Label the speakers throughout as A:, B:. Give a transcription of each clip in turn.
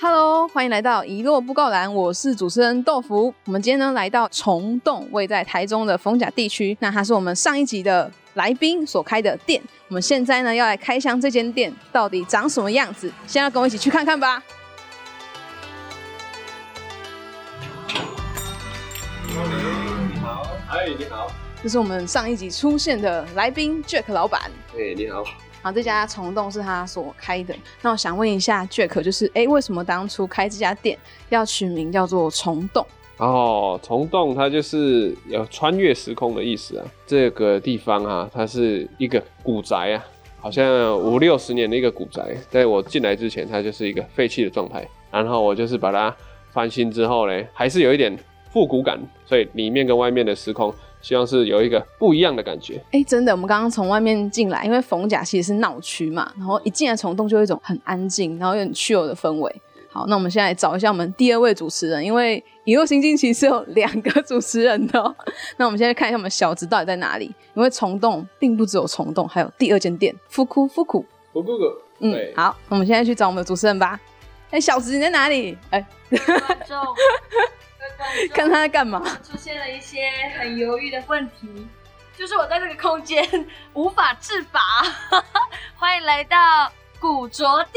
A: Hello，欢迎来到一落布告栏，我是主持人豆腐。我们今天呢来到虫洞，位在台中的逢甲地区。那它是我们上一集的来宾所开的店。我们现在呢要来开箱这间店到底长什么样子，先要跟我一起去看看吧。
B: 你好，哎，你好，
A: 这是我们上一集出现的来宾 Jack 老板。
B: 哎，你好，
A: 然后这家虫洞是他所开的。那我想问一下 Jack，就是哎，诶为什么当初开这家店要取名叫做虫洞？
B: 哦，虫洞它就是有穿越时空的意思啊。这个地方啊，它是一个古宅啊，好像五六十年的一个古宅。在我进来之前，它就是一个废弃的状态。然后我就是把它翻新之后呢，还是有一点复古感，所以里面跟外面的时空，希望是有一个不一样的感觉。
A: 哎，真的，我们刚刚从外面进来，因为逢甲其实是闹区嘛，然后一进来虫洞就有一种很安静，然后有点去有的氛围。好，那我们现在找一下我们第二位主持人，因为《一路行进》其实有两个主持人的、哦。那我们现在看一下我们小直到底在哪里，因为虫洞并不只有虫洞，还有第二间店复库复库。
B: 不哎不不，
A: 嗯
B: 对，
A: 好，那我们现在去找我们的主持人吧。哎，小直你在哪里？哎，
C: 观众，各位观众
A: 看他在干嘛？
C: 出现了一些很犹豫的问题，就是我在这个空间无法自拔。 欢迎来到古着店。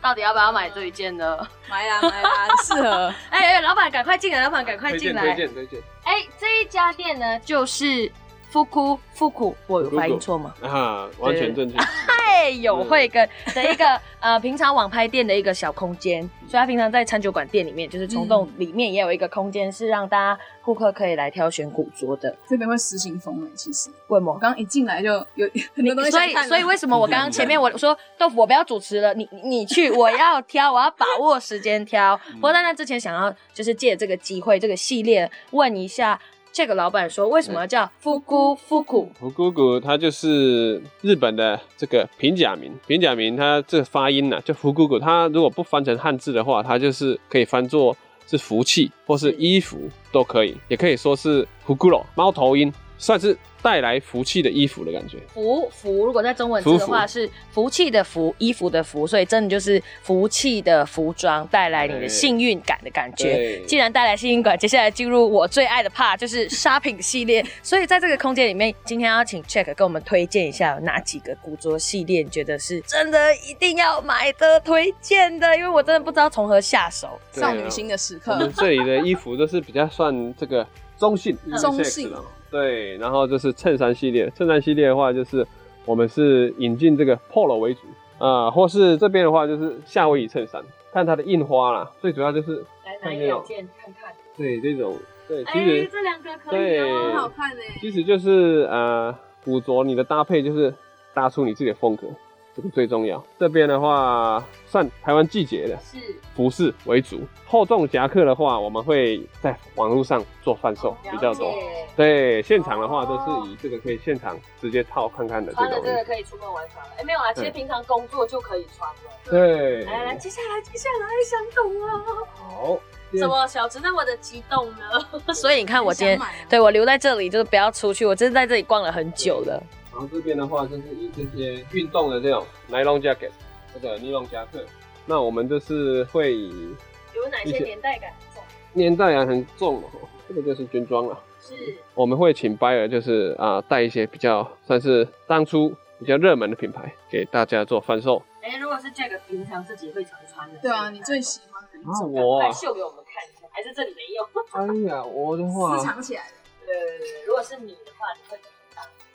C: 到底要不要买这一件呢？
A: 买啦买啦，适 合。
C: 哎、哎，老板赶快进来，老板赶快进来。
B: 荐推荐
C: 哎、这一家店呢，就是复古复古，我有发音错吗？
B: 啊，完全正确。
C: 哎，
A: 嗯
C: 有会跟的一 个呃，平常网拍店的一个小空间，所以他平常在餐酒馆店里面，就是虫洞里面也有一个空间，是让大家顾客可以来挑选古着的。
A: 这边会实行风哎，其实
C: 为什
A: 我
C: 么？
A: 刚一进来就有很多东西
C: 所
A: 想
C: 以
A: 看了啊
C: 所以为什么我刚刚前面我说豆腐我不要主持了，你你你去，我要挑，我要把握时间挑。
A: 嗯
C: 不过在那之前，想要就是借这个机会，这个系列问一下这个老板说，为什么叫复古复古？
B: 福姑姑，它就是日本的这个平假名。平假名它这发音呢、就福姑姑，它如果不翻成汉字的话，它就是可以翻作是福气或是衣服都可以，也可以说是福咕噜猫头鹰，算是带来福气的衣服的感觉。
C: 福福，如果在中文字的
B: 福
C: 话
B: 福
C: 是福气的福，衣服的福，所以真的就是福气的服装带来你的
B: 对
C: 幸运感的感觉。
B: 对
C: 既然带来幸运感，接下来进入我最爱的 part 就是 shopping 系列。所以在这个空间里面，今天要请 Check 跟我们推荐一下有哪几个古着系列，你觉得是真的一定要买的推荐的，因为我真的不知道从何下手。
B: 对
A: 少女心的时
B: 我
A: 刻
B: 们。这里的衣服都是比较算这个中性，
A: 中
B: unisex
A: 性
B: 的嘛对，然后就是衬衫系列，衬衫系列的话就是我们是引进这个 polo 为主啊、或是这边的话就是夏威夷衬衫，看它的印花啦，最主要就是
C: 来
B: 拿一两
C: 件看看？
B: 对这种对，其实、
C: 哎这两个可
B: 以哦对
A: 很好看欸呢、
B: 其实就是呃古着你的搭配就是搭出你自己的风格，这个最重要。这边的话算台湾季节的，
C: 是
B: 服饰为主，厚重夹克的话，我们会在网络上做贩售比较多。对，现场的话都是以这个可以现场直接套看看的这
C: 穿了
B: 种
C: 这。个可以出门玩耍了。哎、没有啊，其实
B: 对
C: 平常工作就可以穿了。
B: 对，
C: 来来，接下来接下来想懂啊，
B: 好，
C: 什么小直那么的激动呢？所以你看我今
A: 很
C: 天
A: 想买啊
C: 对我留在这里就是不要出去，我真的在这里逛了很久了。
B: 然后这边的话就是以这些运动的这种 nylon jacket，这个尼龙夹克。那我们就是会以
C: 有哪
B: 些
C: 年代感重？
B: 年代啊很重哦，这个就是军装了。
C: 是
B: 我们会请 buyer 就是啊、带一些比较算是当初比较热门的品牌给大家做贩售。
C: 哎、如果是这个平常自己会常穿的，
A: 对啊，你最喜欢的一
B: 啊，
A: 种，
B: 我啊，
C: 秀给我们看一下，还是这里没
B: 哎
C: 有？
B: 呀，我的
A: 私
B: 话，
A: 藏起来的。
C: 对对对，如果是你的话，你会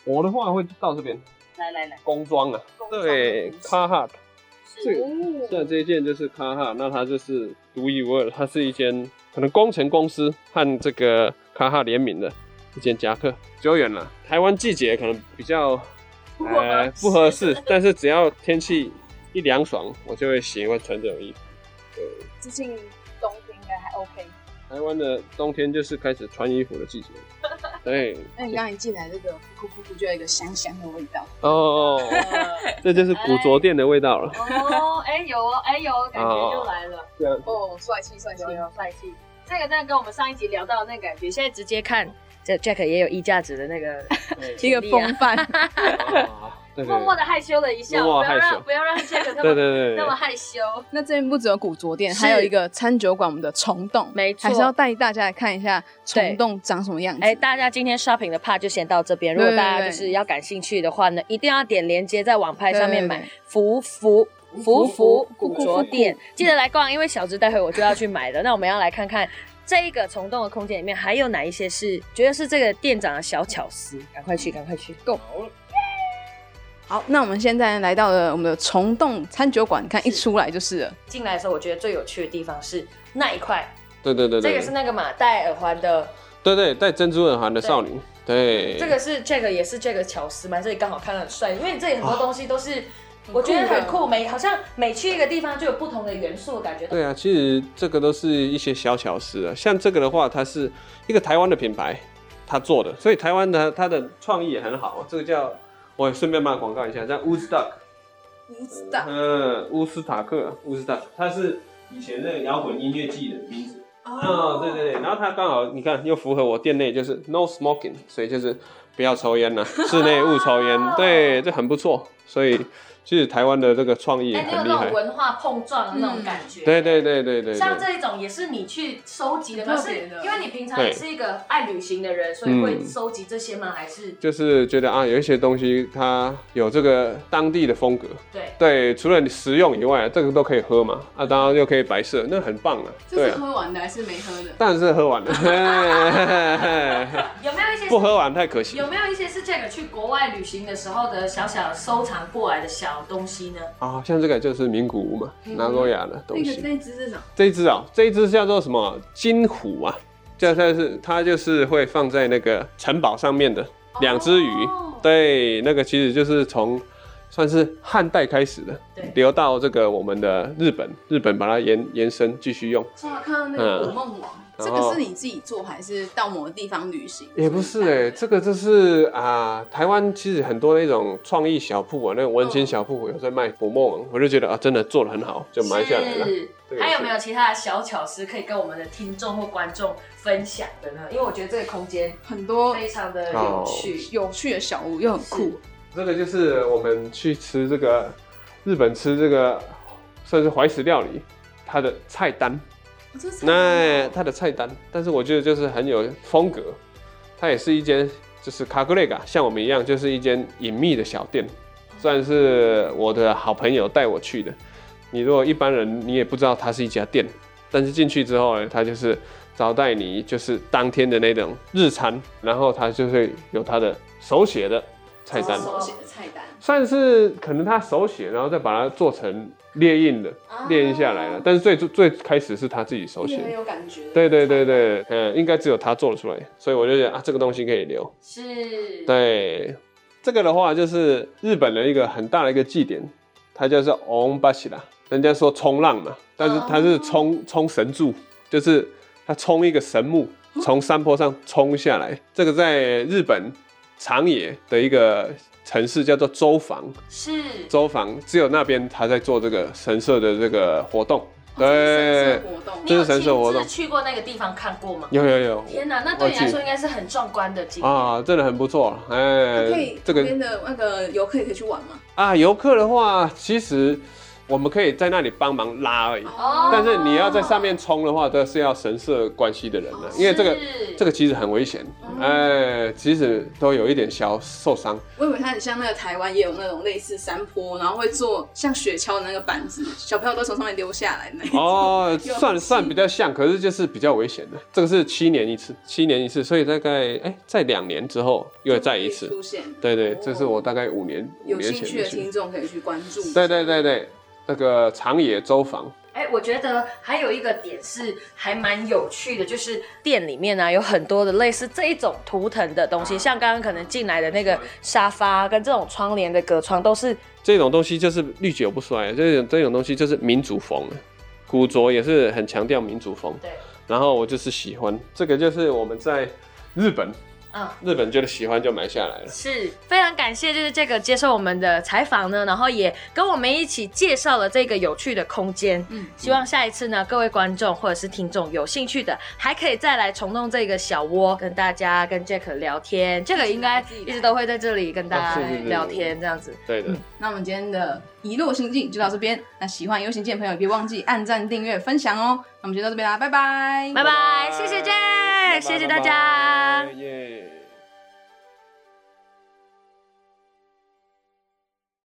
B: 我的话会到这边
C: 来来来，
B: 工装啊，
C: 工装的
B: 对
C: 服饰
B: ，Carhartt，这个
C: 是
A: 哦
B: 像这一件就是 Carhartt，那它就是独一无二，它是一间可能工程公司和这个 Carhartt 联名的一件夹克，久远了，台湾季节可能比较
C: 不合
B: 呃不合适，但是只要天气一凉爽，我就会喜欢穿这种衣服。
A: 最近冬天应该还 OK。
B: 台湾的冬天就是开始穿衣服的季节，对，
A: 那你刚一进来，这个噗噗噗就有一个香香的味道。
B: 哦， 这就是古着店的味道了。
C: 哦，哎、有哦，哎、有哦，感觉就来了。
B: 这样
A: 哦，帅气帅气
C: 有有帅气。这个真的跟我们上一集聊到的那个感觉，现在直接看这 Jack 也有议价值的那个
B: 对
A: 一个风范。
B: 啊那个
C: 默默的害羞了一下，
B: 默默
C: 不
B: 地
C: 要
B: 害羞
C: 让不要让 杰克那
B: 对对对
C: 么
B: 对
C: 那么
B: 对，
C: 害羞。
A: 那这边不只有古着店，
C: 是
A: 还有一个餐酒馆，我们的虫洞，
C: 没错
A: 还是要带大家来看一下虫洞长什么样子。
C: 哎，大家今天 shopping 的 part 就先到这边。如果
A: 对对
C: 大家
A: 对
C: 就是要感兴趣的话呢，一定要点连接在网拍上面
A: 对
C: 买
A: 对
C: 福福。福福
A: 古
C: 古
A: 着
C: 着店，记得来逛，因为小芝待会我就要去买了。那我们要来看看这一个虫洞的空间里面还有哪一些是觉得是这个店长的小巧思，赶快去，赶快去，Go！
A: 好，那我们现在来到了我们的虫洞餐酒馆，你看一出来就是了。
C: 进来的时候，我觉得最有趣的地方是那一块，
B: 对对对
C: 这
B: 对
C: 个是那个嘛戴耳环的，
B: 对对戴珍珠耳环的少女，对，
C: 这个是 Jack 也是 Jack 巧思嘛，这里刚好看得很帅，因为这里很多东西都是。我觉得很酷，每好像每去一个地方就有不同的元素，感觉
B: 对啊，其实这个都是一些小巧思啊。像这个的话，它是一个台湾的品牌，它做的，所以台湾的它的创意也很好。这个叫，我也顺便卖广告一下，叫乌斯达克，
A: 不知
B: 嗯，乌斯塔克，乌斯达克，它是以前那个摇滚音乐季的名字。哦，对对对，然后它刚好你看又符合我店内就是 no smoking，所以就是不要抽烟了、室内勿抽烟，
D: 哦
B: 对，这很不错。所以其实台湾的这个创意也
D: 哎，你有
B: 很厉
D: 那
B: 害
D: 种。文化碰撞的那种感觉。
B: 对对对对对对。
D: 像这一种也是你去收集的吗？
A: 特
D: 是
A: 别的
D: 因为你平常
B: 对
D: 也是一个爱旅行的人，所以会
B: 嗯
D: 收集这些吗？还是
B: 就是觉得啊，有一些东西它有这个当地的风格，
D: 对？
B: 对，除了你食用以外，这个都可以喝嘛，啊，当然又可以白色，那很棒啊，对啊，
A: 喝完的还是没喝的？
B: 当然是喝完了， 嘿嘿嘿嘿
D: 有没有一些
B: 不喝完太可惜
D: 有没有一些是 Jack 去国外旅行的时候的小小收藏过来的小东西呢？
B: 啊。像这个就是名古屋嘛，
D: 嗯
B: 拿诺亚的东西，
A: 那只是什么？
B: 这一只啊，这一只叫做什么金虎啊，叫它是它就是会放在那个城堡上面的两只鱼，
D: 哦
B: 对，那个其实就是从算是汉代开始的
D: 对，
B: 流到这个我们的日本，日本把它延延伸继续用，
A: 哇，看到那
B: 个捕
A: 梦网，
B: 嗯这个是
A: 你自己做还是到某个地方旅行？
B: 也不是哎、这个就是啊、台湾其实很多那种创意小铺啊，那种温馨小铺有在卖捕梦网，我就觉得啊，真的做的很好，就买下来了。
D: 是
B: 对
D: 还有没有其他的小巧思可以跟我们的听众或观众分享的呢？因为我觉得这个空间
A: 很多
D: 非常的有趣。
A: 有趣的小屋又很酷，
B: 这个就是我们去吃这个日本吃这个算是怀石料理，它的菜单，那它的菜单，但是我觉得就是很有风格，它也是一间就是卡格雷嘎，像我们一样就是一间隐秘的小店，算是我的好朋友带我去的。你如果一般人你也不知道它是一家店，但是进去之后呢，它就是招待你就是当天的那种日餐，然后它就会有它的手写的菜单。
D: 手写
A: 的菜单。
B: 算是可能他手写，然后再把它做成列印的，
D: 啊
C: 哦
B: 列印下来了。但是最最开始是他自己手写的，
A: 有感觉。
B: 对对对对，嗯，应该只有他做得出来，所以我就觉得啊，这个东西可以留。
D: 是，
B: 对，这个的话就是日本的一个很大的一个祭典，它叫做 On b a s h i r a 人家说冲浪嘛，但是它是冲冲神柱，就是它冲一个神木从山坡上冲下来。这个在日本长野的一个城市叫做周防，
D: 是
B: 周防只有那边他在做这个神社的这个活动，
A: 哦
B: 对
A: 对，，活动
D: 你有
B: 这是神社活动
D: 亲自去过那个地方看过吗？
B: 有有有
D: 天哪，那对你
B: 我
D: 来
B: 去
D: 说应该是很壮观的景。
B: 啊，真的很不错，哎、
A: 可以这
B: 这个
A: 边的那个游客也可以去玩吗？
B: 啊，游客的话，其实我们可以在那里帮忙拉而已，
D: 哦
B: 但是你要在上面冲的话，都是要神社关系的人
A: 哦
B: 了，因为这个
D: 是
B: 这个其实很危险，哎，其实都有一点小 受伤。
A: 我以为它很像那个台湾也有那种类似山坡，然后会做像雪橇的那个板子，小朋友都从上面溜下来的那一种。
B: 哦，
A: 有
B: 算算比较像，可是就是比较危险的。这个是七年一次，七年一次，所以大概哎、在两年之后又再一次。
A: 出现。哦
B: 对对，这是我大概五年五
A: 有
B: 年
A: 兴
B: 前
A: 趣
B: 的
A: 的
B: 事。
A: 听众可以去关注。
B: 对对对对，那个长野周防，
D: 哎、我觉得还有一个点是还蛮有趣的，就是
C: 店里面呢、啊有很多的类似这一种图腾的东西，像刚刚可能进来的那个沙发跟这种窗帘的隔窗都是
B: 这种东西就是历久不衰，这种这种东西就是民族风了。古着也是很强调民族风，
D: 对，
B: 然后我就是喜欢这个，就是我们在日本
C: 嗯
B: 日本觉得喜欢就买下来了。
C: 是非常感谢，就是这个接受我们的采访呢，然后也跟我们一起介绍了这个有趣的空间。
A: 嗯
C: 希望下一次呢，各位观众或者是听众有兴趣的，还可以再来虫洞这个小窝，跟大家跟 Jack 聊天。Jack 应该一直都会在这里跟大家
B: 哦是是是
C: 聊天，这样子。
B: 对的，
A: 那我们今天的一路行进就到这边。那喜欢游行记的朋友，也别忘记按赞、订阅、分享哦。那我们就到这边啦，拜拜，
C: 拜拜，谢谢 Jack，谢谢大家。
B: 拜拜耶。